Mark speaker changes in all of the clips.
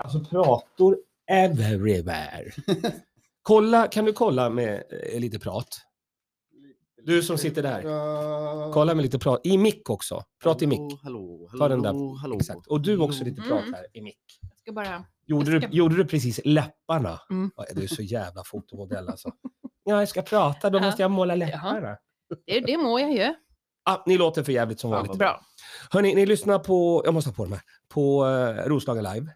Speaker 1: Alltså prator everywhere. Kolla, kan du kolla med eh, lite prat? Du som sitter där. Kolla med lite prat. I mick också. Prat i mick.
Speaker 2: Hallå, hallå, hallå,
Speaker 1: Ta den där.
Speaker 2: Hallå.
Speaker 1: Exakt. Och du också lite prat
Speaker 3: Mm.
Speaker 1: här i mick.
Speaker 3: Jag ska bara...
Speaker 1: Gjorde
Speaker 3: Jag
Speaker 1: du,
Speaker 3: ska-
Speaker 1: gjorde du precis läpparna?
Speaker 3: Mm.
Speaker 1: Ja, Du är så jävla fotomodell alltså. Ja, jag ska prata, då
Speaker 3: Ja.
Speaker 1: måste jag måla läpparna.
Speaker 3: Det, det må jag ju.
Speaker 1: Ah, ni låter för jävligt som
Speaker 2: Fan,
Speaker 1: vanligt.
Speaker 2: vad
Speaker 3: Bra.
Speaker 1: Hörni, ni lyssnar på, jag måste ha på dem här, på uh, Roslagen Live.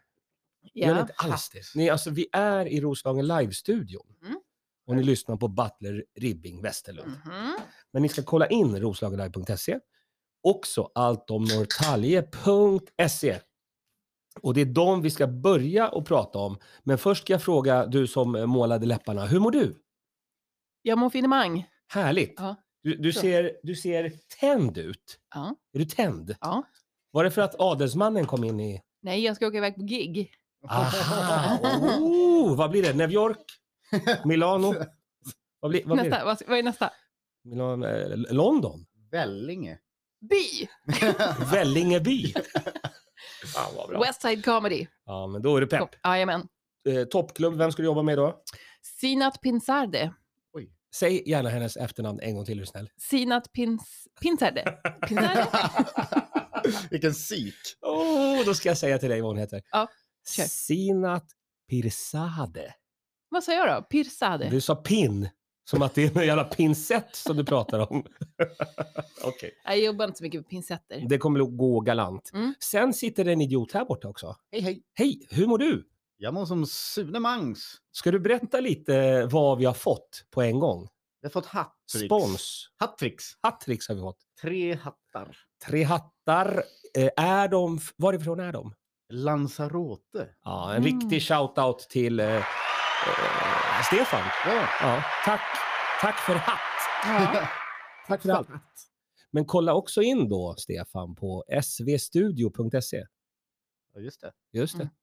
Speaker 1: Ni Gör ni inte alls det? Ni, alltså, vi är i Roslagen Live-studion.
Speaker 3: Mm.
Speaker 1: Och ni lyssnar på Butler Ribbing Westerlund.
Speaker 3: Mhm.
Speaker 1: Men ni ska kolla in roslagenlive.se. Också allt om norrtalje.se. Och det är dem vi ska börja och prata om. Men först ska jag fråga du som målade läpparna. Hur mår du?
Speaker 3: Jag mår finemang.
Speaker 1: Härligt.
Speaker 3: Ja.
Speaker 1: Du, du,
Speaker 3: Så.
Speaker 1: ser, du ser tänd ut.
Speaker 3: Ja.
Speaker 1: Är du tänd?
Speaker 3: Ja.
Speaker 1: Var det för att adelsmannen kom in i...
Speaker 3: Nej, jag ska åka iväg på gig.
Speaker 1: Aha! Oh, vad blir det? New York? Milano? Vad blir, vad blir det?
Speaker 3: nästa, vad, vad är nästa?
Speaker 1: Milano, eh, London?
Speaker 2: Vällinge.
Speaker 3: By!
Speaker 1: Vällingeby? Fan vad bra.
Speaker 3: West Side Comedy.
Speaker 1: Ja, men då är du pepp.
Speaker 3: Kom- Jajamän.
Speaker 1: eh, toppklubb, vem ska du jobba med då?
Speaker 3: Sinat Pinsarde.
Speaker 1: Säg gärna hennes efternamn en gång till, är du snäll.
Speaker 3: Sinat Pins... Pinsarde. Pinsarde?
Speaker 2: Vilken sik.
Speaker 1: Oh, då ska jag säga till dig vad hon heter.
Speaker 3: Ja, kör.
Speaker 1: Sinat Pirsade.
Speaker 3: vad sa jag då? Pirsade.
Speaker 1: Du sa pin, som att det är någon jävla pinsett som du pratar om. Okej.
Speaker 3: Jag jobbar inte så mycket med pincetter.
Speaker 1: Det kommer att gå galant.
Speaker 3: Mm.
Speaker 1: Sen sitter det en idiot här borta också.
Speaker 2: Hej, hej.
Speaker 1: Hej, hur mår du?
Speaker 2: Jag mår som Sune Mangs.
Speaker 1: Ska du berätta lite vad vi har fått på en gång?
Speaker 2: Jag har fått hattricks.
Speaker 1: Spons.
Speaker 2: Hattricks.
Speaker 1: Hattricks har vi fått.
Speaker 2: Tre hattar.
Speaker 1: Tre hattar. Eh, är de, f- varifrån är de?
Speaker 2: Lanzarote.
Speaker 1: Ja, en
Speaker 3: Mm.
Speaker 1: riktig shout-out till eh, eh, Stefan.
Speaker 2: Ja.
Speaker 1: Ja, tack. Tack för hatt.
Speaker 3: Ja.
Speaker 1: Tack för allt. Men kolla också in då, Stefan, på svstudio.se.
Speaker 2: ja, just det.
Speaker 1: Just det.
Speaker 3: Mm.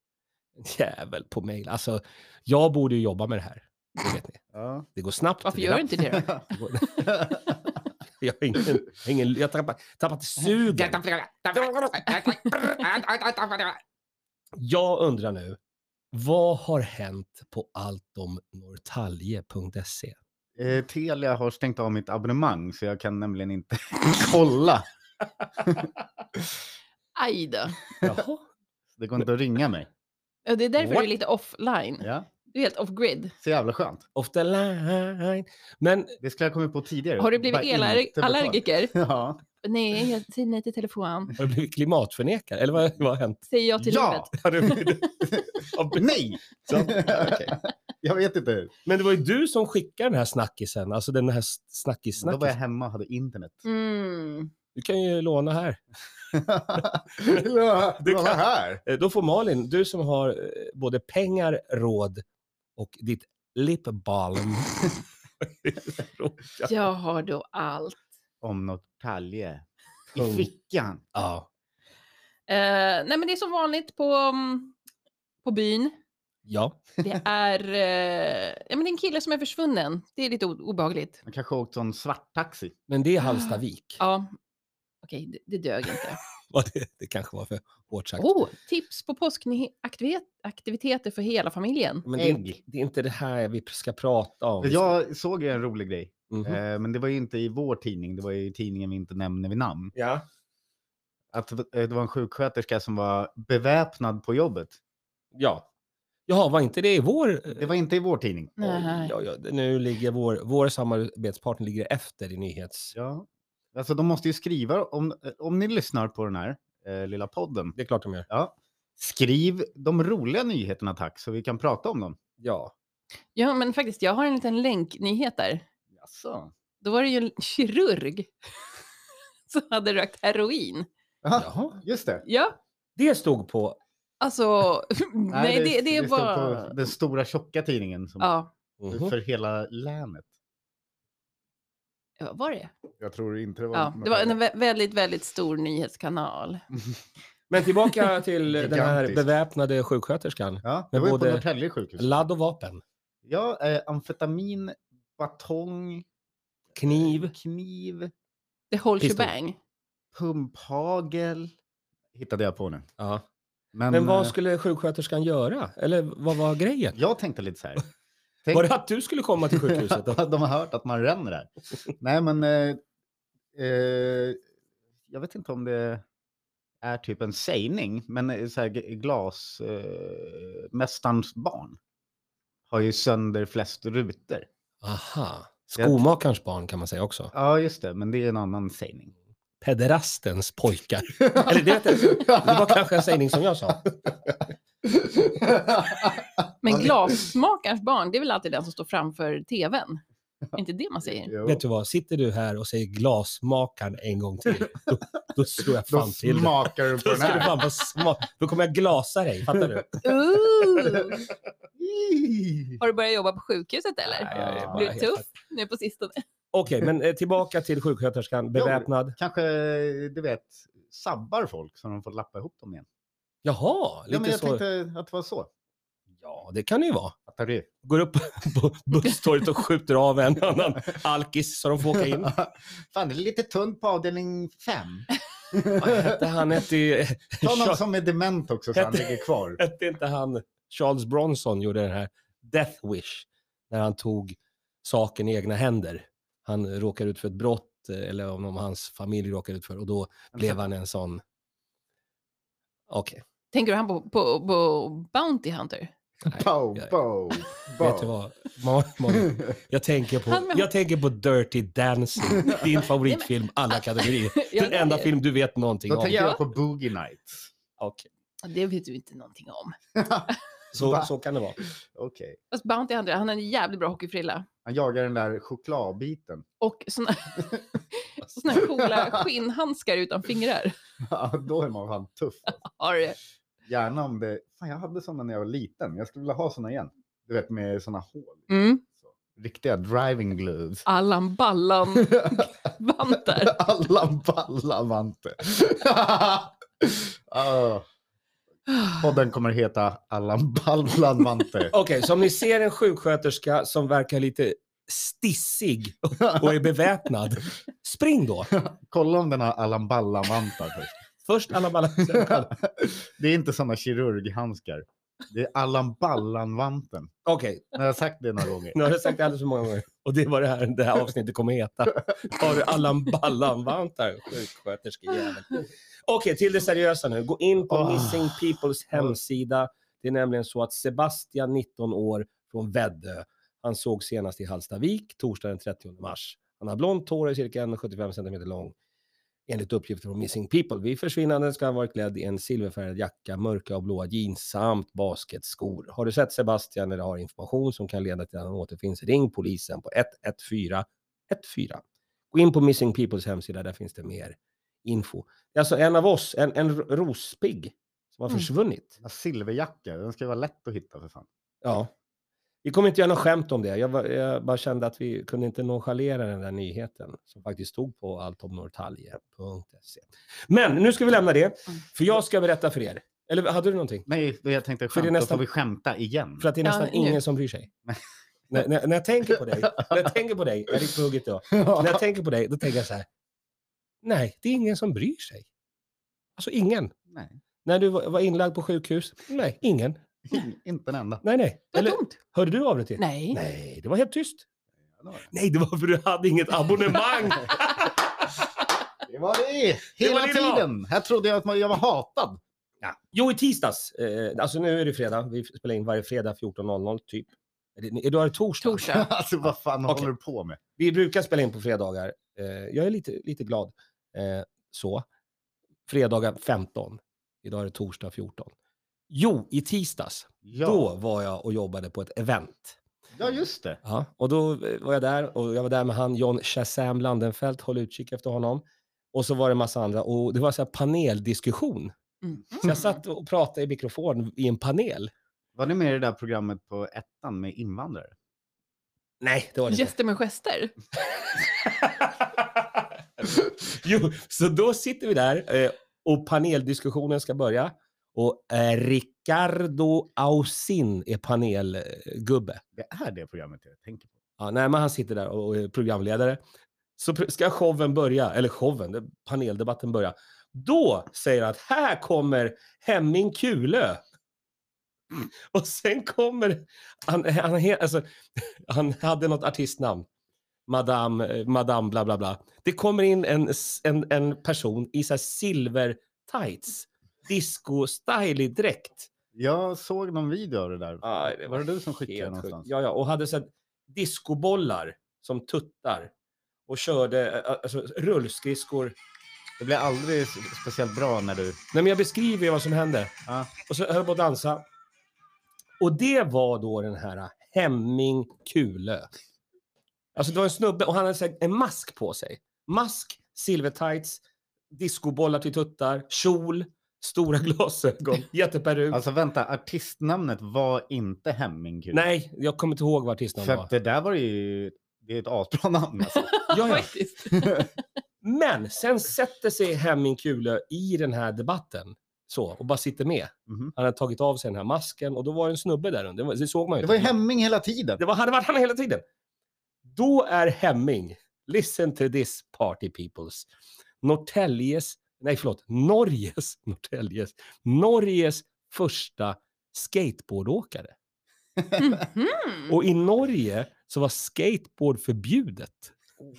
Speaker 1: Jävel på mejl. Alltså, jag borde ju jobba med det här. Det vet ni.
Speaker 2: Ja.
Speaker 1: Det går snabbt.
Speaker 3: Varför
Speaker 1: det
Speaker 3: gör du
Speaker 1: rapp-
Speaker 3: inte det då?
Speaker 1: det går- Jag har ingen, ingen, jag tappar, tappat sugen. Jag undrar nu, vad har hänt på alltomnorrtalje.se?
Speaker 2: eh, Telia har stängt av mitt abonnemang så jag kan nämligen inte kolla.
Speaker 3: Aj då.
Speaker 1: Jaha.
Speaker 2: Det går inte att ringa mig.
Speaker 3: Ja, Det är därför
Speaker 1: What?
Speaker 3: du är lite offline.
Speaker 2: Ja.
Speaker 3: Du är helt off-grid.
Speaker 2: Så jävla skönt.
Speaker 1: Off the line. Men
Speaker 2: Det skulle jag kommit på tidigare.
Speaker 3: Har du blivit
Speaker 2: Bara inte betala.
Speaker 3: elallergiker?
Speaker 2: Ja.
Speaker 3: Nej, jag säger nej till telefon.
Speaker 1: har du blivit klimatförnekare? Eller vad, vad har hänt?
Speaker 3: Säger jag till livet.
Speaker 2: Ja!
Speaker 1: Har du blivit- Av-
Speaker 2: Nej!
Speaker 1: Så-
Speaker 2: Jag vet inte.
Speaker 1: Men det var ju du som skickade den här snackisen, alltså den här
Speaker 2: Då var jag
Speaker 1: snackis-snackisen.
Speaker 2: hemma och hade internet.
Speaker 3: Mm.
Speaker 1: Du kan ju låna här.
Speaker 2: du
Speaker 1: kan-
Speaker 2: var här.
Speaker 1: Eh, Då får Malin, du som har eh, både pengar, råd och ditt lip balm.
Speaker 3: Jag har då allt.
Speaker 2: Om något talje.
Speaker 1: Pung.
Speaker 2: I fickan.
Speaker 1: ja.
Speaker 3: Eh, nej, men det är som vanligt på, mm, på byn.
Speaker 1: ja.
Speaker 3: Det är, eh, ja, men det är en kille som är försvunnen. Det är lite o- obehagligt.
Speaker 2: Man kanske åkt sån svart taxi.
Speaker 1: Men det är Hallstavik.
Speaker 3: Ja, okej, det, det dög inte.
Speaker 1: Ja, Det, det kanske var för hårt sagt.
Speaker 3: Oh, tips på påskaktiviteter för hela familjen.
Speaker 1: Men det är,
Speaker 2: ägg.
Speaker 1: inte- det är inte det här vi ska prata om.
Speaker 2: Jag såg ju en rolig grej.
Speaker 1: Mhm.
Speaker 2: Eh, Men det var ju inte i vår tidning. Det var ju i tidningen vi inte nämner vid namn.
Speaker 1: Ja.
Speaker 2: Att eh, det var en sjuksköterska som var beväpnad på jobbet.
Speaker 1: ja. Jaha, var inte det i vår... eh,
Speaker 2: Det var inte i vår tidning.
Speaker 3: Nej.
Speaker 1: Oj, oj, oj. Nu ligger vår, vår samarbetspartner ligger efter i nyhets...
Speaker 2: Ja. Alltså de måste ju skriva, om, eh, om ni lyssnar på den här eh, lilla podden,
Speaker 1: Det är klart de gör.
Speaker 2: Ja. Skriv de roliga nyheterna tack, så vi kan prata om dem.
Speaker 1: Ja.
Speaker 3: Ja, men faktiskt, jag har en liten länknyhet där.
Speaker 2: Jaså?
Speaker 3: Då var det ju en kirurg som hade rökt heroin.
Speaker 1: Jaha.
Speaker 2: Just det.
Speaker 3: Ja,
Speaker 1: Det stod på...
Speaker 3: alltså, nej, det, det,
Speaker 2: det
Speaker 3: är
Speaker 2: står
Speaker 3: bara...
Speaker 2: på den stora tjocka tidningen som,
Speaker 3: Ja,
Speaker 1: Mhm.
Speaker 2: för hela länet.
Speaker 3: vad var det?
Speaker 2: Jag tror inte det var...
Speaker 3: Ja, det var en vä- väldigt, väldigt stor nyhetskanal.
Speaker 1: Men tillbaka till den här
Speaker 2: Gigantisk.
Speaker 1: beväpnade sjuksköterskan.
Speaker 2: Ja, det
Speaker 1: Men
Speaker 2: var ju
Speaker 1: både-
Speaker 2: på Norrtälje sjukhus.
Speaker 1: Ladd och vapen.
Speaker 2: Ja, eh, amfetamin, batong,
Speaker 1: Kniv.
Speaker 2: kniv,
Speaker 3: The whole
Speaker 1: Pistol.
Speaker 3: shebang.
Speaker 2: pumphagel. Hittade jag på nu.
Speaker 1: Ja.
Speaker 2: Men,
Speaker 1: Men vad
Speaker 2: eh,
Speaker 1: skulle sjuksköterskan göra? Eller vad var grejen?
Speaker 2: jag tänkte lite så här. Tänk-
Speaker 1: Var det att du skulle komma till sjukhuset? Då?
Speaker 2: de har hört att man ränner här. Nej, men eh, eh, jag vet inte om det är typ en sägning, men eh, så här, g- glas, eh, mästarens barn har ju sönder flest rutor.
Speaker 1: Aha. Skomakarens barn kan man säga också.
Speaker 2: Ja, just det, men det är en annan sägning.
Speaker 1: Pederastens pojkar. Eller det, vet jag inte. det var kanske en sägning som jag sa.
Speaker 3: Men glassmakarens barn, det är väl alltid den som står framför tvn? Är inte det man säger?
Speaker 2: Jo,
Speaker 1: Vet du vad, sitter du här och säger glasmakaren en gång till, då, då slår jag
Speaker 2: Då
Speaker 1: fan till dig.
Speaker 2: smakar du på
Speaker 1: Då
Speaker 2: den
Speaker 1: ska du
Speaker 2: här.
Speaker 1: fan få smak. Då kommer jag glasa dig, fattar du?
Speaker 3: Ooh. Har du börjat jobba på sjukhuset eller?
Speaker 1: Nej, jag är bara
Speaker 3: Blev
Speaker 1: helt
Speaker 3: tuff
Speaker 1: fast.
Speaker 3: nu på sistone?
Speaker 1: Okej, men eh, tillbaka till sjuksköterskan, beväpnad.
Speaker 2: Kanske, du vet, sabbar folk så de får lappa ihop dem igen.
Speaker 1: Jaha,
Speaker 2: Ja, men
Speaker 1: lite
Speaker 2: jag
Speaker 1: så.
Speaker 2: tänkte att det var så.
Speaker 1: Ja, det kan det ju vara.
Speaker 2: Fattar du?
Speaker 1: Går upp på busstorget och skjuter av en annan alkis så de får åka in.
Speaker 2: Fan, det är lite tunt på avdelning fem.
Speaker 1: Vad hette han? Hette, ju-
Speaker 2: Ta någon
Speaker 1: Charles-
Speaker 2: som är dement också så han ligger kvar.
Speaker 1: hette inte han Charles Bronson gjorde den här Death Wish när han tog saken i egna händer. Han råkar ut för ett brott eh, eller om någon av hans familj råkar ut för och då blev han en sån. Okej,
Speaker 3: Tänker du han på, på, på Bounty Hunter?
Speaker 2: Bow,
Speaker 1: jag-
Speaker 2: bow,
Speaker 1: vet du
Speaker 2: bow.
Speaker 1: vad? Ma- Ma- Jag tänker
Speaker 3: Han
Speaker 1: på,
Speaker 3: med-
Speaker 1: jag tänker på Dirty Dancing, din favoritfilm alla kategorier.
Speaker 3: Ja,
Speaker 1: Den enda
Speaker 3: det-
Speaker 1: film du vet någonting
Speaker 2: Då
Speaker 1: om.
Speaker 2: tänker
Speaker 3: Ja.
Speaker 2: jag på Boogie Nights.
Speaker 1: Okej,
Speaker 3: Det vet du inte någonting om.
Speaker 1: Så,
Speaker 2: Va?
Speaker 1: så kan det vara.
Speaker 2: Okej.
Speaker 3: Fast Bounty Hunter, han har en jävligt bra hockeyfrilla.
Speaker 2: Han jagar den där chokladbiten.
Speaker 3: Och såna, såna här coola skinnhandskar utan fingrar.
Speaker 2: Ja, Då är man fan tuff.
Speaker 3: Har du?
Speaker 2: Gärna om det... Fan, jag hade sådana när jag var liten. Jag skulle vilja ha sådana igen. Du vet, med sådana hål.
Speaker 3: Mm.
Speaker 2: Riktiga driving gloves.
Speaker 3: Allan Ballan vantar.
Speaker 2: Alla balla vante. Ah, podden kommer heta Allan Ballan Vante.
Speaker 1: Okej, så om ni ser en sjuksköterska som verkar lite stissig och är beväpnad, spring då.
Speaker 2: Kolla om den har Allan Ballan vantar först.
Speaker 1: Först alla balanser.
Speaker 2: Det är inte sådana kirurghandskar. Det är Allan Ballan vanten.
Speaker 1: Okej,
Speaker 2: Jag har sagt det några gånger.
Speaker 1: nu har jag sagt det alldeles för många gånger. Och det var det här, det här avsnittet kommer heta. Har du Allan Ballan-vantar, sjuksköterskejävel. Okej, till det seriösa nu. Gå in på
Speaker 2: Ah.
Speaker 1: Missing Peoples hemsida. Det är nämligen så att Sebastian, 19 år, från Väddö, han såg senast i Hallstavik torsdagen den 30 mars. Han har blont hår och är cirka 1,75 cm lång. Enligt uppgifter från Missing People. Vid försvinnandet ska han varit klädd i en silverfärgad jacka, mörka och blåa jeans samt basketskor. Har du sett Sebastian eller har information som kan leda till att han återfinns, ring polisen på 114 14. Gå in på Missing Peoples hemsida, där finns det mer info. Det är Alltså en av oss, en, en ro- rospigg som har
Speaker 3: Mm.
Speaker 1: försvunnit.
Speaker 2: En Silverjacka, den ska ju vara lätt att hitta för fan.
Speaker 1: Ja. Vi kommer inte göra något skämt om det. Jag, var, jag bara kände att vi kunde inte nonchalera den där nyheten som faktiskt stod på alltomnorrtalje.se. Men nu ska vi lämna det, för jag ska berätta för er. Eller hade du någonting?
Speaker 2: Nej, jag tänkte
Speaker 1: För det är
Speaker 2: skämt,
Speaker 1: nästan-
Speaker 2: då får vi skämta igen.
Speaker 1: För att det är
Speaker 3: Ja,
Speaker 1: nästan
Speaker 3: nu.
Speaker 1: ingen som bryr sig. när, när, när jag tänker på dig, när jag tänker på dig, jag är lite på hugget då. När jag tänker på dig, då tänker jag så här. Nej, det är ingen som bryr sig. Alltså ingen.
Speaker 2: Nej,
Speaker 1: När du var var inlagd på sjukhus? Nej, ingen.
Speaker 2: inte en enda.
Speaker 1: Nej, nej.
Speaker 3: Det var
Speaker 1: Eller,
Speaker 3: tomt.
Speaker 1: hörde du av dig till?
Speaker 3: Nej.
Speaker 1: Nej, det var helt tyst. Nej, det var för du hade inget abonnemang.
Speaker 2: Det var det!
Speaker 1: Det var
Speaker 2: Hela
Speaker 1: det det var.
Speaker 2: tiden! Här trodde jag att man- jag var hatad.
Speaker 1: ja. Jo, i tisdags. Eh, alltså nu är det fredag. Vi spelar in varje fredag 14.00 typ. Är det- Idag är det torsdag.
Speaker 3: Torsdag.
Speaker 2: Alltså vad fan
Speaker 1: Okej.
Speaker 2: håller du på med?
Speaker 1: Vi brukar spela in på fredagar. Eh, jag är lite, lite glad. Eh, så. Fredagar 15. Idag är det torsdag 14. Jo, i tisdags.
Speaker 2: Ja,
Speaker 1: Då var jag och jobbade på ett event.
Speaker 2: ja just det.
Speaker 1: Ja, och då eh, var jag där och jag var där med han John Shazam Landenfelt, håll utkik efter honom. Och så var det en massa andra och det var så här paneldiskussion.
Speaker 3: Mm.
Speaker 1: Så jag satt och pratade i mikrofon i en panel.
Speaker 2: Var ni med i det där programmet på ettan med invandrare?
Speaker 1: Nej, det var det inte.
Speaker 3: Gäster med gester.
Speaker 1: Jo, så då sitter vi där eh, och paneldiskussionen ska börja. Och eh, Ricardo Ausin är panelgubbe.
Speaker 2: Det är det programmet jag tänker på.
Speaker 1: Ja, nej, men han sitter där och är programledare. Så pr- ska showen börja, eller showen, det- paneldebatten börja. Då säger han att här kommer Hemming Kulö. Och sen kommer, han, han, he- alltså, han hade något artistnamn. Madame, eh, Madame bla bla bla. Det kommer in en, s- en, en person i så här silver tights, disco-stylig dräkt.
Speaker 2: Jag såg någon video av det där.
Speaker 1: Aj, det
Speaker 2: Var det du som skickade
Speaker 1: helt sjukt.
Speaker 2: någonstans?
Speaker 1: Ja, ja, och hade så här discobollar som tuttar och körde eh, alltså, rullskridskor.
Speaker 2: Det blir aldrig s- speciellt bra när du...
Speaker 1: Nej, men jag beskriver ju vad som hände.
Speaker 2: Ja.
Speaker 1: Och så höll jag på att dansa. Och det var då den här eh, Hemming Kulö. Alltså det var en snubbe och han hade så här, en mask på sig. Mask, silvertights, discobollar till tuttar, kjol, stora glasögon, jätteperuk.
Speaker 2: Alltså vänta, artistnamnet var inte Hemming Kul.
Speaker 1: Nej, jag kommer inte ihåg vad artistnamnet
Speaker 2: För att
Speaker 1: var.
Speaker 2: det där var ju... Det är ett asbra namn alltså.
Speaker 1: Ja, ja.
Speaker 3: Faktiskt.
Speaker 1: Men sen sätter sig Hemming Kulö i den här debatten så, och bara sitter med.
Speaker 2: Mhm.
Speaker 1: Han hade tagit av sig den här masken och då var det en snubbe där under. Det var- Det såg man ju
Speaker 2: Det
Speaker 1: inte.
Speaker 2: var ju Hemming hela tiden.
Speaker 1: Det var, hade varit han hela tiden. Då är Hemming, listen to this party peoples, Norrtäljes, nej förlåt, Norges, Norrtäljes, Norges första skateboardåkare.
Speaker 3: Mhm.
Speaker 2: Mm.
Speaker 1: Och i Norge så var skateboard förbjudet.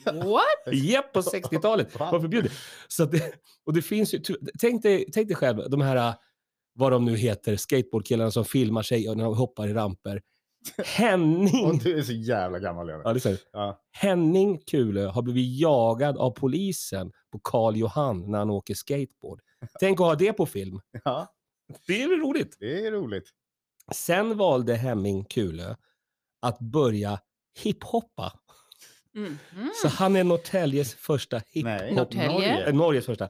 Speaker 3: What?
Speaker 1: Japp, på 60-talet var förbjudet. Så att det, och det finns ju, ty- tänk, dig, tänk dig själv, de här, vad de nu heter, skateboardkillarna som filmar sig och när de hoppar i ramper.
Speaker 2: Och
Speaker 1: Henning,
Speaker 2: du är så jävla gammal Lena.
Speaker 1: ja, det är så här.
Speaker 2: Ja.
Speaker 1: Henning Kulö har blivit jagad av polisen på Karl Johan när han åker skateboard. Tänk att ha det på film.
Speaker 2: ja,
Speaker 1: Det är väl roligt?
Speaker 2: det är roligt.
Speaker 1: Sen valde Henning Kulö att börja hiphoppa.
Speaker 3: Mhm.
Speaker 1: Så han är Norrtäljes första
Speaker 2: Nej.
Speaker 1: hiphop...
Speaker 3: Norrtälje.
Speaker 1: Eh, Norges första.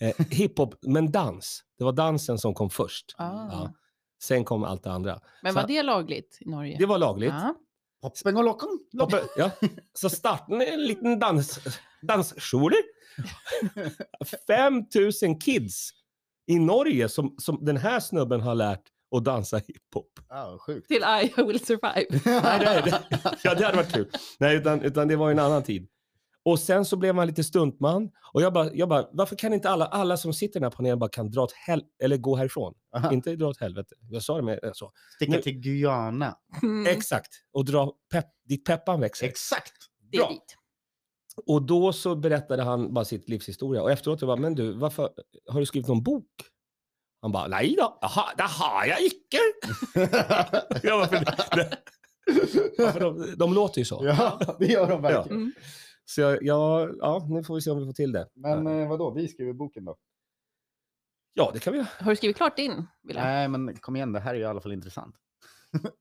Speaker 1: Eh, hiphop, men dans. Det var dansen som kom först.
Speaker 3: Ah.
Speaker 1: Sen kom allt det andra.
Speaker 3: Men
Speaker 1: Så-
Speaker 3: var det lagligt i Norge?
Speaker 1: Det var lagligt.
Speaker 3: Ja.
Speaker 2: Hoppen och locken.
Speaker 1: Och bör- Ja. Så starten är en liten dans, dansskjole. 5 000 kids i Norge som, som den här snubben har lärt att dansa hiphop.
Speaker 2: Ja, sjukt.
Speaker 3: Till I will survive.
Speaker 1: Nej, nej, det, ja, det hade varit kul. Nej, utan, utan det var ju en annan tid. Och sen så blev man lite stuntman. Och jag bara, jag bara varför kan inte alla, alla som sitter i den här panelen bara kan dra åt hel- eller gå härifrån?
Speaker 2: Aha.
Speaker 1: Inte dra åt helvete. Jag sa det med eh, så.
Speaker 2: Sticka
Speaker 1: Nu-
Speaker 2: till Guyana.
Speaker 3: Mm,
Speaker 1: Exakt. Och dra pepp, ditt peppan växer.
Speaker 2: Exakt.
Speaker 3: det är
Speaker 1: bra.
Speaker 3: dit.
Speaker 1: Och då så berättade han bara sitt livshistoria. Och efteråt jag bara, men du, varför har du skrivit någon bok? Han bara, nej då, Jaha, det har jag icke. Jag bara, för, det, Ja, för de, de låter ju så.
Speaker 2: ja, det gör de verkligen.
Speaker 3: Mm.
Speaker 1: Så jag, jag, ja, nu får vi se om vi får till det.
Speaker 2: Men eh, vadå, vi skriver boken då?
Speaker 1: Ja, det kan vi göra.
Speaker 3: Har du skrivit klart din? Wille?
Speaker 2: Nej, men kom igen, det här är ju i alla fall intressant.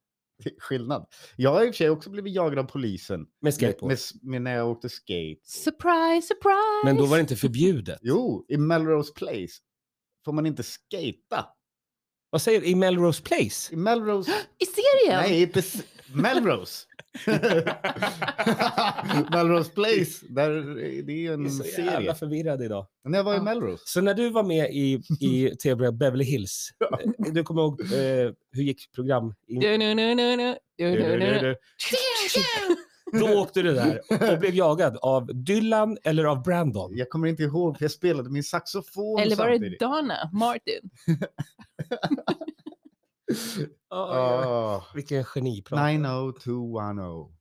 Speaker 2: Det är Skillnad. Jag har i och för sig också blivit jagad av polisen.
Speaker 1: Med
Speaker 2: Med,
Speaker 1: skateboard.
Speaker 2: med, med när jag åkte skate.
Speaker 3: Surprise, surprise!
Speaker 1: Men då var det inte förbjudet.
Speaker 2: Jo, i Melrose Place får man inte skata.
Speaker 1: Vad säger du? I Melrose Place?
Speaker 2: I Melrose...
Speaker 3: I serien?
Speaker 2: Nej, inte... s- Melrose! Melrose Place, där, är- det är ju
Speaker 1: Jag
Speaker 2: en
Speaker 1: är så jävla
Speaker 2: Mm, serie.
Speaker 1: förvirrad idag.
Speaker 2: När jag var i
Speaker 3: Ja.
Speaker 2: Melrose.
Speaker 1: Så när du var med i, i tv Beverly Hills, eh, du kommer ihåg eh, hur gick program... In...
Speaker 3: Du, nu, nu, nu, nu. Du, nu, nu, nu.
Speaker 1: Då åkte du där och blev jagad av Dylan eller av Brandon.
Speaker 2: Jag kommer inte ihåg, för jag spelade min saxofon
Speaker 3: Eller var det
Speaker 2: samtidigt.
Speaker 3: Donna Martin?
Speaker 2: Ah,
Speaker 1: Vilken geniprat.
Speaker 2: 90210.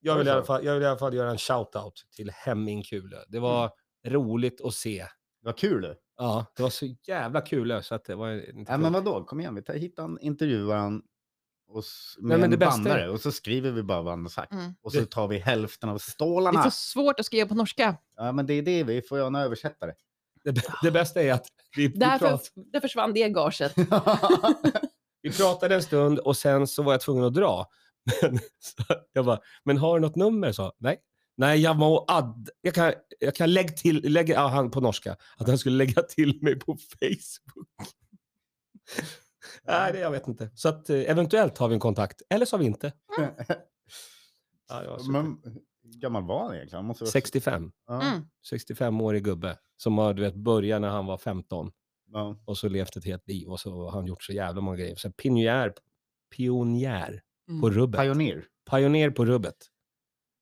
Speaker 1: Jag vill, i
Speaker 2: Var det
Speaker 1: alla
Speaker 2: så?
Speaker 1: fall, jag vill i alla fall göra en shout-out till Hemming Kule. Det var
Speaker 2: Mm.
Speaker 1: roligt att se.
Speaker 2: Vad kul du.
Speaker 1: Ja, det var så jävla kul så att det var inte
Speaker 2: Ja, men vadå, kom igen, vi tar hit han, intervjuar han och s- med
Speaker 1: men
Speaker 2: en
Speaker 1: det bästa är-
Speaker 2: bandare och så skriver vi bara vad han har sagt.
Speaker 3: Mm.
Speaker 2: Och så tar vi hälften av
Speaker 3: Det är
Speaker 2: stålarna.
Speaker 3: så svårt att skriva på norska.
Speaker 2: Ja, men det är det, vi får göra en översättare.
Speaker 1: Det, b- det bästa är att vi, vi,
Speaker 3: Därför,
Speaker 1: prat,
Speaker 3: där försvann det gaget.
Speaker 1: vi pratade en stund och sen så var jag tvungen att dra. Men, så jag bara, men har du något nummer? Så, nej. Nej, jag må add... Jag kan, jag kan lägga till... Lägga, ja, han på norska. Att han skulle lägga till mig på Facebook. Nej, det, jag vet inte. Så att eh, eventuellt har vi en kontakt. Eller så har vi inte. Ja, det var super.
Speaker 2: men, hur gammal var han egentligen? Han måste vara...
Speaker 1: 65.
Speaker 2: Ja,
Speaker 3: Mm.
Speaker 1: 65-årig gubbe. Som har, du vet, börjat när han var 15.
Speaker 2: ja.
Speaker 1: och så levt ett helt liv och så har han gjort så jävla många grejer. Så pionjär, pionjär på
Speaker 3: Mm.
Speaker 1: rubbet.
Speaker 2: Pioneer.
Speaker 1: Pionjär på rubbet.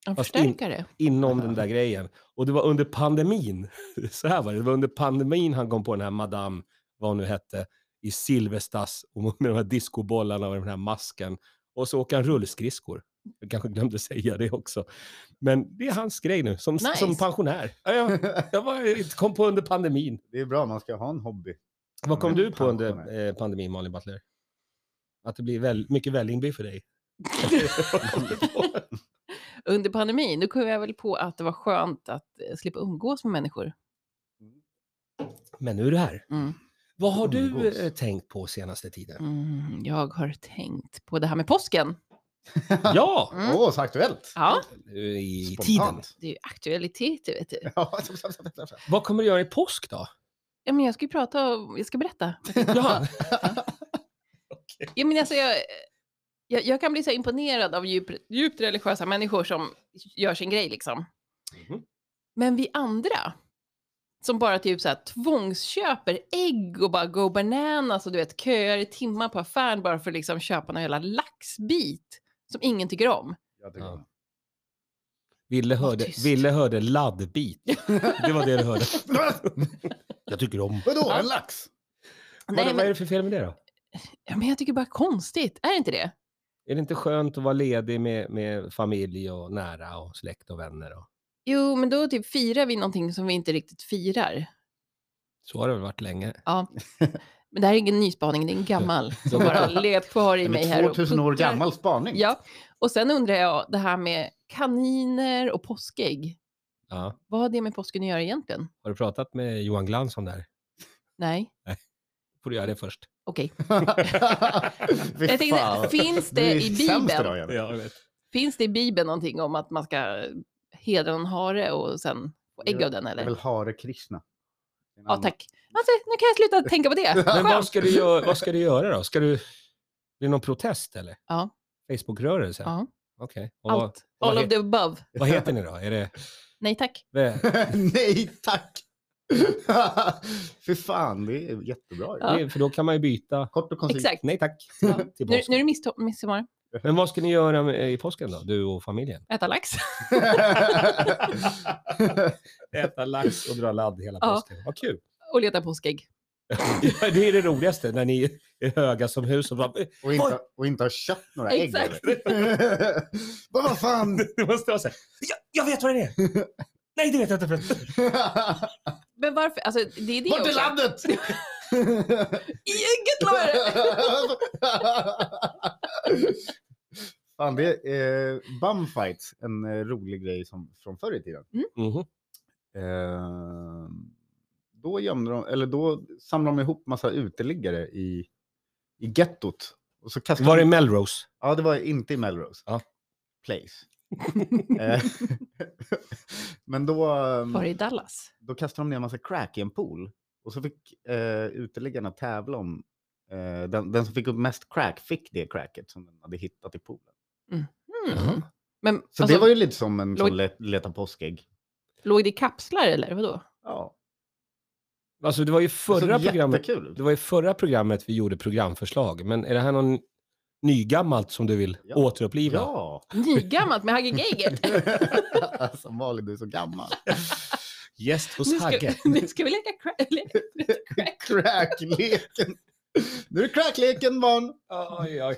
Speaker 3: En
Speaker 1: Fast in-
Speaker 3: förstärkare.
Speaker 1: inom
Speaker 2: Aha.
Speaker 1: den där grejen. Och det var under pandemin, så här var det, det var under pandemin han kom på den här Madame, vad hon nu hette, i silverstass och med de här discobollarna och den här masken. Och så åker han rullskridskor. Jag kanske glömde säga det också. Men det är hans grej nu, som,
Speaker 3: Nice.
Speaker 1: som pensionär. Ja, Jag, jag var, eh, kom på under pandemin.
Speaker 2: Det är bra, man ska ha en hobby.
Speaker 1: Vad kom
Speaker 3: Mm,
Speaker 2: Men
Speaker 1: du på under
Speaker 2: pensionär.
Speaker 1: eh, pandemin, Malin Butler? Att det blir väl, mycket vällingby för dig.
Speaker 3: Under pandemin, då kom jag väl på att det var skönt att eh, slippa umgås med människor.
Speaker 1: Men nu är du här.
Speaker 3: Mm.
Speaker 1: Vad har du
Speaker 2: Umgås.
Speaker 1: eh, tänkt på senaste tiden?
Speaker 3: Mm, jag har tänkt på det här med påsken.
Speaker 1: Ja!
Speaker 2: Åh,
Speaker 3: Mm.
Speaker 2: så aktuellt!
Speaker 3: Ja,
Speaker 1: i tiden.
Speaker 2: Spontant.
Speaker 3: det är ju aktualitet, vet du.
Speaker 2: Ja,
Speaker 1: Vad kommer du göra i påsk då?
Speaker 3: Ja, men jag ska ju prata och jag ska berätta.
Speaker 1: Ja,
Speaker 3: Ja, men alltså, jag, jag, jag kan bli så imponerad av djup, djupt religiösa människor som gör sin grej liksom.
Speaker 1: Mhm.
Speaker 3: Men vi andra, som bara typ så här tvångsköper ägg och bara go bananas och du vet köer i timmar på affären bara för att liksom köpa någon jävla laxbit som ingen tycker om.
Speaker 2: Ja, det går.
Speaker 1: Ville
Speaker 3: Var
Speaker 1: hörde,
Speaker 3: tyst.
Speaker 1: Ville hörde laddbit. Det var det du hörde. Jag tycker om.
Speaker 2: Vadå,
Speaker 3: Ja.
Speaker 2: en lax?
Speaker 1: Vad,
Speaker 3: Nej,
Speaker 1: vad är
Speaker 3: men,
Speaker 1: det för fel med det då?
Speaker 3: ja, men jag tycker bara konstigt, är det inte det?
Speaker 1: Är det inte skönt att vara ledig med, med familj och nära och släkt och vänner? Och...
Speaker 3: Jo, men då typ firar vi någonting som vi inte riktigt firar.
Speaker 1: Så har det väl varit länge.
Speaker 3: Ja. Men det här är ingen nyspaning, det är en gammal som bara har legat kvar i
Speaker 2: Den
Speaker 3: mig
Speaker 2: är
Speaker 3: här. och
Speaker 2: 2000 år
Speaker 3: puttrar.
Speaker 2: gammal spaning.
Speaker 3: Ja, och sen undrar jag det här med kaniner och påskägg.
Speaker 1: Ja.
Speaker 3: Vad har det med påsken att göra egentligen?
Speaker 1: Har du pratat med Johan Glans om det här?
Speaker 3: Nej,
Speaker 1: får du göra det först.
Speaker 3: okej.
Speaker 2: Fy
Speaker 3: Jag tänkte,
Speaker 2: fan.
Speaker 3: finns
Speaker 2: Du
Speaker 3: det
Speaker 2: är
Speaker 3: i
Speaker 2: sämst
Speaker 3: Bibeln?
Speaker 2: idag, Jenny.
Speaker 1: vet.
Speaker 3: Finns det i Bibeln någonting om att man ska hedra en hare och sen få ägg av den
Speaker 2: Det är
Speaker 3: eller?
Speaker 2: väl hare-kristna.
Speaker 3: Ja, tack. Alltså, nu kan jag sluta tänka på det.
Speaker 1: Men vad
Speaker 3: Skönt.
Speaker 1: ska, du göra, vad ska du göra då? Ska du... Blir det någon protest eller?
Speaker 3: Ja.
Speaker 1: Facebookrörelse?
Speaker 3: Ja,
Speaker 1: Okej. Och vad,
Speaker 3: allt. All
Speaker 1: vad
Speaker 3: of the above.
Speaker 1: vad heter ni då? Är det...
Speaker 3: Nej tack.
Speaker 2: Nej, tack! Fy fan, det är jättebra.
Speaker 3: Ja.
Speaker 1: det är- För då kan man ju byta.
Speaker 2: Kort och koncist.
Speaker 3: Exakt.
Speaker 1: Nej tack.
Speaker 3: Ja.
Speaker 1: Till
Speaker 3: Nu,
Speaker 1: påsken.
Speaker 3: nu är det midsom- midsommar.
Speaker 1: Men vad ska ni göra med- i påsken då? Du och familjen?
Speaker 3: Äta lax.
Speaker 1: Äta lax och dra ladd hela
Speaker 3: Ja.
Speaker 1: påsken. Vad kul.
Speaker 3: Och leta påskägg.
Speaker 1: Ja, det är det roligaste när ni är höga som hus och bara,
Speaker 2: och, inte, och inte har köpt några ägg.
Speaker 3: Exakt.
Speaker 2: eller? Vad vad fan!
Speaker 1: det måste vara så här, jag, jag vet vad det är. Nej, det vet jag inte. förresten."
Speaker 3: Men varför? Alltså, det är det
Speaker 2: Bort i
Speaker 3: också.
Speaker 2: landet!
Speaker 3: Eget var det!
Speaker 2: Fan, det är eh, bumfights, en eh, rolig grej som, från förr i tiden.
Speaker 1: Mhm.
Speaker 2: Eh, då, gömde de, eller då samlade de ihop massa uteliggare i, i gettot. Och så kastade
Speaker 1: Var
Speaker 2: de-
Speaker 1: det Melrose?
Speaker 2: Ja, det var inte i Melrose.
Speaker 1: Ja.
Speaker 2: Place. Eh, Men då,
Speaker 1: Mm.
Speaker 2: ehm,
Speaker 3: Var det i Dallas?
Speaker 2: då kastade de ner en massa crack i en pool. Och så fick eh, uteliggarna tävla om... Eh, den, den som fick upp mest crack fick det cracket som den hade hittat i poolen.
Speaker 3: Mm.
Speaker 1: Jaha.
Speaker 3: Men
Speaker 2: Så
Speaker 3: alltså,
Speaker 2: det var ju lite som en
Speaker 3: låg-
Speaker 2: sån le, leta påskägg.
Speaker 3: låg det i kapslar eller vadå?
Speaker 2: Ja.
Speaker 1: Alltså, det var ju
Speaker 2: Det såg
Speaker 1: förra programmet.
Speaker 2: Jättekul ut.
Speaker 1: Det var ju förra programmet vi gjorde programförslag, men är det här någon nygammalt som du vill
Speaker 2: Ja.
Speaker 1: återuppliva?
Speaker 2: Ja!
Speaker 3: Nygammalt med Hagge Geigert.
Speaker 2: alltså Malin, du är så gammal.
Speaker 1: Gäst hos
Speaker 3: Nu ska,
Speaker 1: Hagge.
Speaker 3: nu ska vi leka crack. le-
Speaker 2: Crackleken. Nu är det crackleken barn.
Speaker 1: Oj, oj.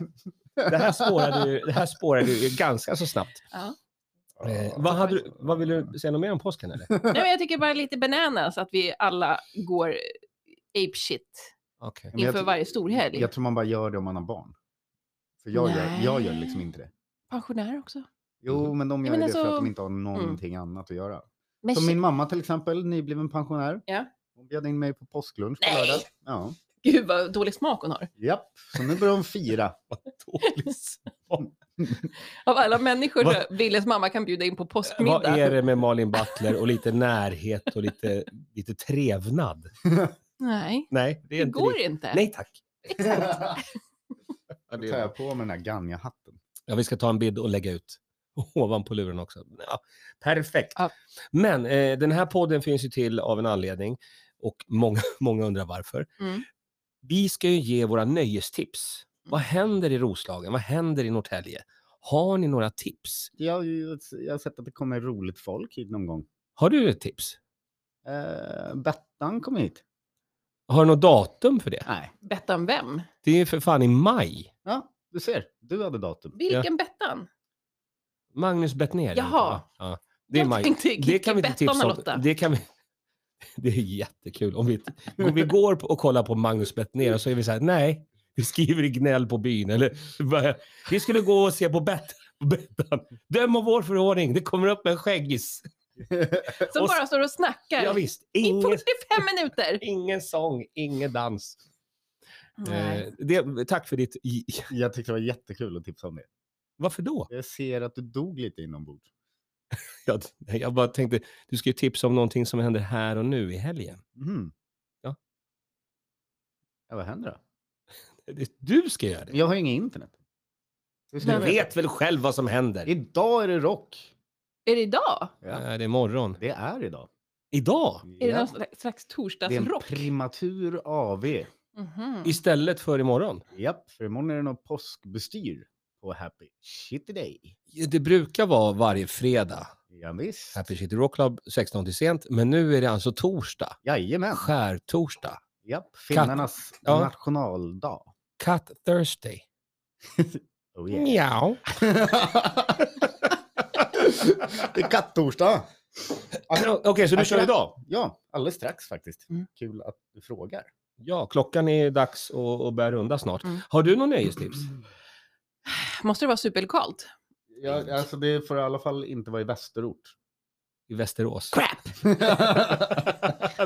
Speaker 1: Det här spårade ju, det här spårade ju ganska så snabbt.
Speaker 3: Ja.
Speaker 1: Eh, vad, hade du, vad vill du säga något mer om påsken? Eller?
Speaker 3: Nej, men jag tycker bara lite bananas att vi alla går ape shit
Speaker 1: Okej.
Speaker 2: Men jag
Speaker 3: inför
Speaker 2: ty-
Speaker 3: varje storhelg.
Speaker 2: Jag tror man bara gör det om man har barn. För jag, gör, jag gör liksom inte det.
Speaker 3: Pensionärer också.
Speaker 2: Jo,
Speaker 1: Mm.
Speaker 2: men de gör
Speaker 3: men
Speaker 2: det för att
Speaker 3: alltså-
Speaker 2: de inte har någonting annat att göra.
Speaker 3: Men
Speaker 2: Som min
Speaker 3: shit,
Speaker 2: mamma till exempel, nybliven pensionär.
Speaker 3: Ja.
Speaker 2: Hon bjöd in mig på påsklunch på
Speaker 3: Nej!
Speaker 2: lördag. Ja.
Speaker 3: gud vad dålig smak hon har.
Speaker 2: Japp, så nu börjar hon fira.
Speaker 1: Dålig
Speaker 3: Av alla människor
Speaker 1: Vad-
Speaker 3: så Villes mamma kan bjuda in på
Speaker 1: Vad
Speaker 3: påskmiddag.
Speaker 1: är det med Malin Butler och lite närhet och lite, lite trevnad?
Speaker 3: Nej,
Speaker 1: Nej,
Speaker 3: det
Speaker 1: inte
Speaker 3: går
Speaker 1: riktigt.
Speaker 3: inte.
Speaker 1: Nej tack.
Speaker 2: Då tar jag på mig den här Ganja-hatten.
Speaker 1: Ja, vi ska ta en bild och lägga ut ovanpå luren också. Ja, perfekt.
Speaker 3: Ja.
Speaker 1: Men eh, den här podden finns ju till av en anledning och många, många undrar varför.
Speaker 3: Mm. Mm.
Speaker 1: Vi ska ju ge våra nöjestips. Vad händer i Roslagen? Vad händer i Norrtälje? Har ni några tips?
Speaker 2: Jag, har ju- jag har sett att det kommer roligt folk hit någon gång.
Speaker 1: Har du ett tips?
Speaker 2: Eh, Bettan kom hit.
Speaker 1: Har du något datum för det?
Speaker 2: Nej.
Speaker 3: Bettan vem?
Speaker 1: Det är för fan i maj.
Speaker 2: Ja, du ser. Du hade datum.
Speaker 3: Vilken Bettan?
Speaker 1: Magnus Bettner.
Speaker 3: Jaha.
Speaker 1: Ja, ja. Det är
Speaker 3: Jag
Speaker 1: maj.
Speaker 3: tänkte
Speaker 1: Det kan vi inte
Speaker 3: Bettan
Speaker 1: tipsa
Speaker 3: och
Speaker 1: om.
Speaker 3: Lotta.
Speaker 1: Det, kan vi... det är jättekul. Om vi, om vi går på- och kollar på Magnus Bettner och så är vi så här, nej, vi skriver i gnäll på byn. Eller, vad- vi skulle gå och se på Bett- Bettan. Döm av vår förordning, det kommer upp en skäggis.
Speaker 3: Som
Speaker 1: Och s-
Speaker 3: bara står och snackar
Speaker 1: Ja, visst,
Speaker 3: i
Speaker 1: ingen,
Speaker 3: 45 minuter.
Speaker 1: ingen sång, ingen dans.
Speaker 3: Nej.
Speaker 1: Eh, det, tack för ditt... i-
Speaker 2: Jag tyckte det var jättekul att tipsa om det.
Speaker 1: Varför då?
Speaker 2: Jag ser att du dog lite inombords.
Speaker 1: Jag, jag bara tänkte, du ska ju tipsa om någonting som händer här och nu i helgen.
Speaker 2: Mhm.
Speaker 1: Ja.
Speaker 2: Ja, vad händer då?
Speaker 1: Det- Du ska göra det.
Speaker 2: Jag har ju inget internet. Hur ska
Speaker 1: Du
Speaker 2: jag veta?
Speaker 1: vet väl själv vad som händer?
Speaker 2: Idag är det rock.
Speaker 3: Är det idag?
Speaker 2: Ja,
Speaker 1: Nej, det är imorgon.
Speaker 2: det är idag.
Speaker 1: Idag?
Speaker 3: Är det
Speaker 2: Ja.
Speaker 3: någon slags- slags
Speaker 2: det är en
Speaker 3: torsdagsrock?
Speaker 2: primatur AV.
Speaker 3: Mhm.
Speaker 1: Istället för imorgon?
Speaker 2: Japp, för imorgon är det någon påskbestyr på Happy Shitty Day.
Speaker 1: Det brukar vara varje fredag.
Speaker 2: Ja, visst.
Speaker 1: Happy City Rock Club 16 till sent. Men nu är det alltså torsdag.
Speaker 2: Jajamän.
Speaker 1: Skärtorsdag.
Speaker 2: Japp, finnarnas
Speaker 1: Ja.
Speaker 2: nationaldag.
Speaker 1: Cut Thursday.
Speaker 2: Oh, yeah.
Speaker 1: Mjau.
Speaker 2: det är kattorsdag.
Speaker 1: Okej, så du
Speaker 2: Alltså,
Speaker 1: kör
Speaker 2: det-
Speaker 1: idag?
Speaker 2: Ja, alldeles strax faktiskt.
Speaker 3: Mm.
Speaker 2: Kul att du frågar.
Speaker 1: Ja, klockan är dags att att börja runda snart.
Speaker 3: Mm.
Speaker 1: Har du någon nöjestips?
Speaker 3: Måste det vara superlokalt?
Speaker 2: Ja, alltså det får i alla fall inte vara i västerort.
Speaker 1: I Västerås?
Speaker 3: Crap!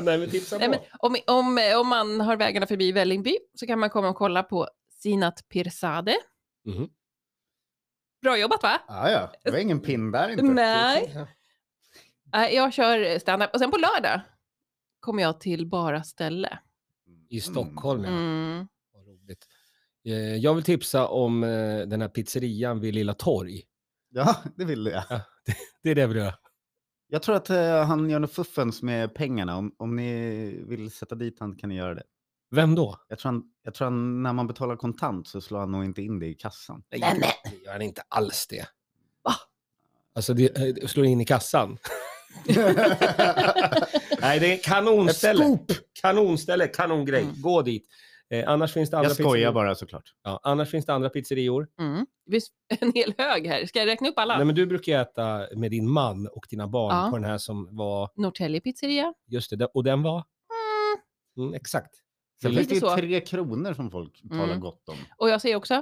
Speaker 1: Nej, men tipsa
Speaker 3: Nej, men om, om, eh, om man har vägarna förbi Vällingby så kan man komma och kolla på Sinat Pirzade.
Speaker 1: Mhm.
Speaker 3: Bra jobbat va?
Speaker 2: ah, ja, det var ingen pin där inte.
Speaker 3: Nej. Nej, Eh, Jag kör standup och sen på lördag kommer jag till Bara ställe.
Speaker 1: I Stockholm, ja.
Speaker 3: Mm.
Speaker 1: Vad roligt. Eh, Jag vill tipsa om eh, den här pizzerian vid Lilla Torg.
Speaker 2: Ja, det ville jag.
Speaker 1: Det är det jag vill göra.
Speaker 2: Jag tror att eh, han gör något fuffens med pengarna. Om, om ni vill sätta dit han kan ni göra det.
Speaker 1: Vem då?
Speaker 2: Jag tror, han, jag tror han, när man betalar kontant så slår han nog inte in det i kassan.
Speaker 1: Nej, det gör han inte alls det.
Speaker 3: Va?
Speaker 1: Alltså, det, eh, det slår in i kassan. Nej, det är kanonställe. Kanonställe, kanongrej.
Speaker 3: Mm.
Speaker 1: Gå dit. Eh, annars finns det andra
Speaker 2: Jag skojar
Speaker 1: pizzerior.
Speaker 2: bara såklart.
Speaker 1: Ja, annars finns det andra pizzerior.
Speaker 3: Mm. Det finns en hel hög här. Ska jag räkna upp alla?
Speaker 1: Nej, men du brukar ju äta med din man och dina barn
Speaker 3: Ja.
Speaker 1: på den här som var,
Speaker 3: Norrtälje pizzeria.
Speaker 1: just det, och den var?
Speaker 3: Mm.
Speaker 1: Mm, exakt.
Speaker 2: Sen
Speaker 3: Lite
Speaker 2: finns det ju
Speaker 3: så.
Speaker 2: tre kronor som folk talar
Speaker 3: Mm.
Speaker 2: gott om.
Speaker 3: Och jag säger också.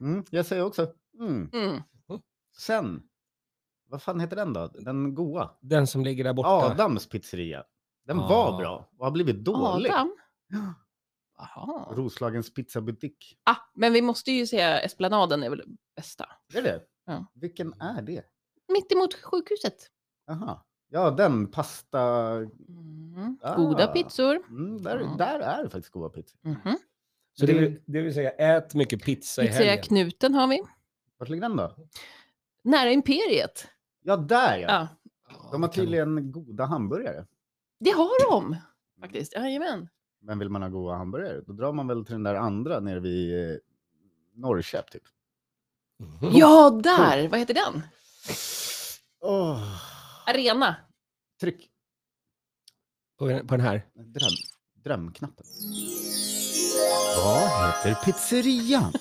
Speaker 2: Mm, jag säger också. Mm.
Speaker 3: Mm.
Speaker 2: Sen, vad fan heter den då? Den goa?
Speaker 1: Den som ligger där borta.
Speaker 2: Adams pizzeria. Den
Speaker 1: Ah.
Speaker 2: var bra och har blivit dålig.
Speaker 3: Adam. Jaha.
Speaker 2: Roslagens pizzabutik.
Speaker 3: Ah, men vi måste ju säga Esplanaden är väl det bästa.
Speaker 2: Är det?
Speaker 3: Ja.
Speaker 2: Vilken är det?
Speaker 3: Mitt emot sjukhuset.
Speaker 2: Aha. Ja, den pasta.
Speaker 3: Mm.
Speaker 2: Ah.
Speaker 3: Goda pizzor.
Speaker 2: Mm, där,
Speaker 3: Ja.
Speaker 2: där är det faktiskt goda pizzor.
Speaker 3: Mhm.
Speaker 1: Så det vill, det vill säga, ät mycket pizza i
Speaker 3: Pizzeria
Speaker 1: helgen.
Speaker 3: Knuten har vi.
Speaker 2: Vart ligger den då?
Speaker 3: Nära Imperiet.
Speaker 2: Ja, där ja.
Speaker 3: Ja.
Speaker 2: De har tydligen goda hamburgare.
Speaker 3: Det har de
Speaker 1: Mm.
Speaker 3: faktiskt. Jajamän.
Speaker 2: Men vill man ha goda hamburgare, då drar man väl till den där andra nere vid eh, Norrköp typ.
Speaker 1: Mhm.
Speaker 3: Ja, där! Vad heter den?
Speaker 2: Åh,
Speaker 3: Arena.
Speaker 2: Tryck
Speaker 1: På den- på den här.
Speaker 2: dröm, drömknappen. Vad heter pizzerian?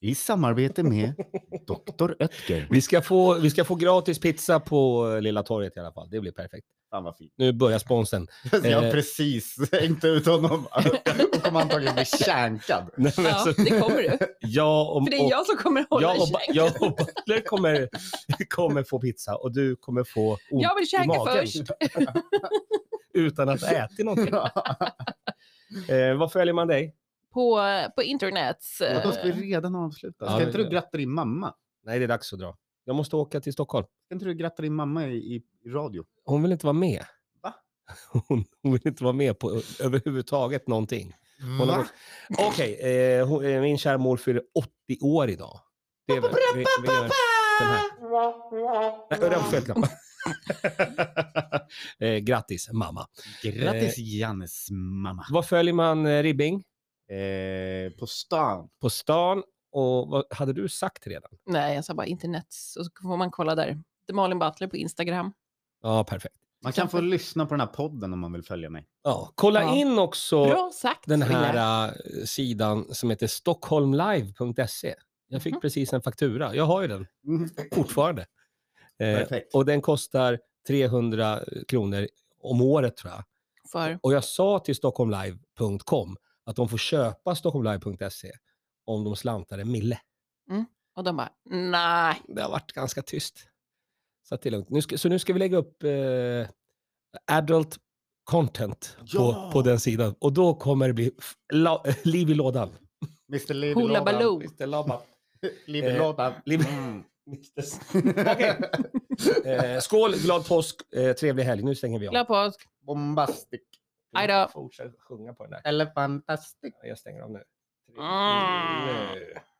Speaker 2: I samarbete med Dr. Ötker.
Speaker 1: Vi ska, få, vi ska få gratis pizza på eh, Lilla torget i alla fall. Det blir perfekt.
Speaker 2: Fan vad fint. Alltså,
Speaker 1: Nu börjar sponsen.
Speaker 2: Jag har
Speaker 1: Eh.
Speaker 2: precis hängt ut honom och kommer antagligen bli kärnkad.
Speaker 1: Nej, men
Speaker 3: Ja,
Speaker 1: alltså,
Speaker 3: det kommer du.
Speaker 1: jag och,
Speaker 3: För det är
Speaker 1: och-
Speaker 3: jag som kommer hålla
Speaker 1: jag och,
Speaker 3: käk.
Speaker 1: jag och Butler kommer, kommer få pizza och du kommer få ont
Speaker 3: Jag vill
Speaker 1: i
Speaker 3: käka
Speaker 1: magen
Speaker 3: först.
Speaker 1: utan att ha ätit någonting. Eh, vad följer man dig?
Speaker 3: På, på internet.
Speaker 2: Och då ska vi
Speaker 3: eh,
Speaker 2: redan avsluta.
Speaker 1: Ja,
Speaker 2: Ska
Speaker 1: det-
Speaker 2: inte du gratta din mamma?
Speaker 1: Nej, det är dags att dra. Jag måste åka till Stockholm.
Speaker 2: Ska inte du gratta din mamma i, i radio?
Speaker 1: Hon vill inte vara med.
Speaker 2: Va?
Speaker 1: Hon, hon vill inte vara med på ö- överhuvudtaget någonting. Hon har
Speaker 2: Va?
Speaker 1: gått- Okej, eh, hon- eh, min kära mor fyller 80 år idag. Det är väl, vi, vi gör den här. Nej, det var fel knapp. eh, grattis mamma.
Speaker 2: Grattis Jannes mamma.
Speaker 1: Vad följer man eh, Ribbing?
Speaker 2: Eh, på stan.
Speaker 1: På stan Och vad hade du sagt redan?
Speaker 3: Nej, jag sa bara internet, så får man kolla där. Det är Malin Butler på Instagram.
Speaker 1: Ja, perfekt.
Speaker 2: Man kan få lyssna på den här podden om man vill följa mig.
Speaker 1: Ja, kolla
Speaker 3: Ja.
Speaker 1: in också
Speaker 3: Bra sagt,
Speaker 1: den
Speaker 3: Wille.
Speaker 1: här eh, sidan som heter stockholmlive.se. Jag fick
Speaker 3: Mhm.
Speaker 1: precis en faktura. Jag har ju den fortfarande. Eh,
Speaker 2: Mm, Perfekt.
Speaker 1: och den kostar 300 kronor om året tror jag.
Speaker 3: För,
Speaker 1: Och jag sa till stockholmlive.com att de får köpa stockholmlive.se om de slantar en mille.
Speaker 3: och de bara, nej.
Speaker 1: Det har varit ganska tyst. Så, att det är lugnt. Nu ska, så nu ska vi lägga upp eh, adult content
Speaker 2: Ja!
Speaker 1: på, på den sidan. Och då kommer det bli f- la, liv i lådan.
Speaker 2: Mr.
Speaker 3: Hula Baloo.
Speaker 1: Mr. Labba. Eh,
Speaker 2: Libelådan.
Speaker 1: Liv-
Speaker 2: Mm.
Speaker 1: Okej. Eh, skål, glad påsk, eh, trevlig helg. Nu stänger vi av.
Speaker 3: Glad påsk.
Speaker 2: Bombastic.
Speaker 3: Hej då.
Speaker 1: Fortsätt sjunga på den där.
Speaker 2: Eller fantastic.
Speaker 1: Jag stänger av nu.
Speaker 3: Mm.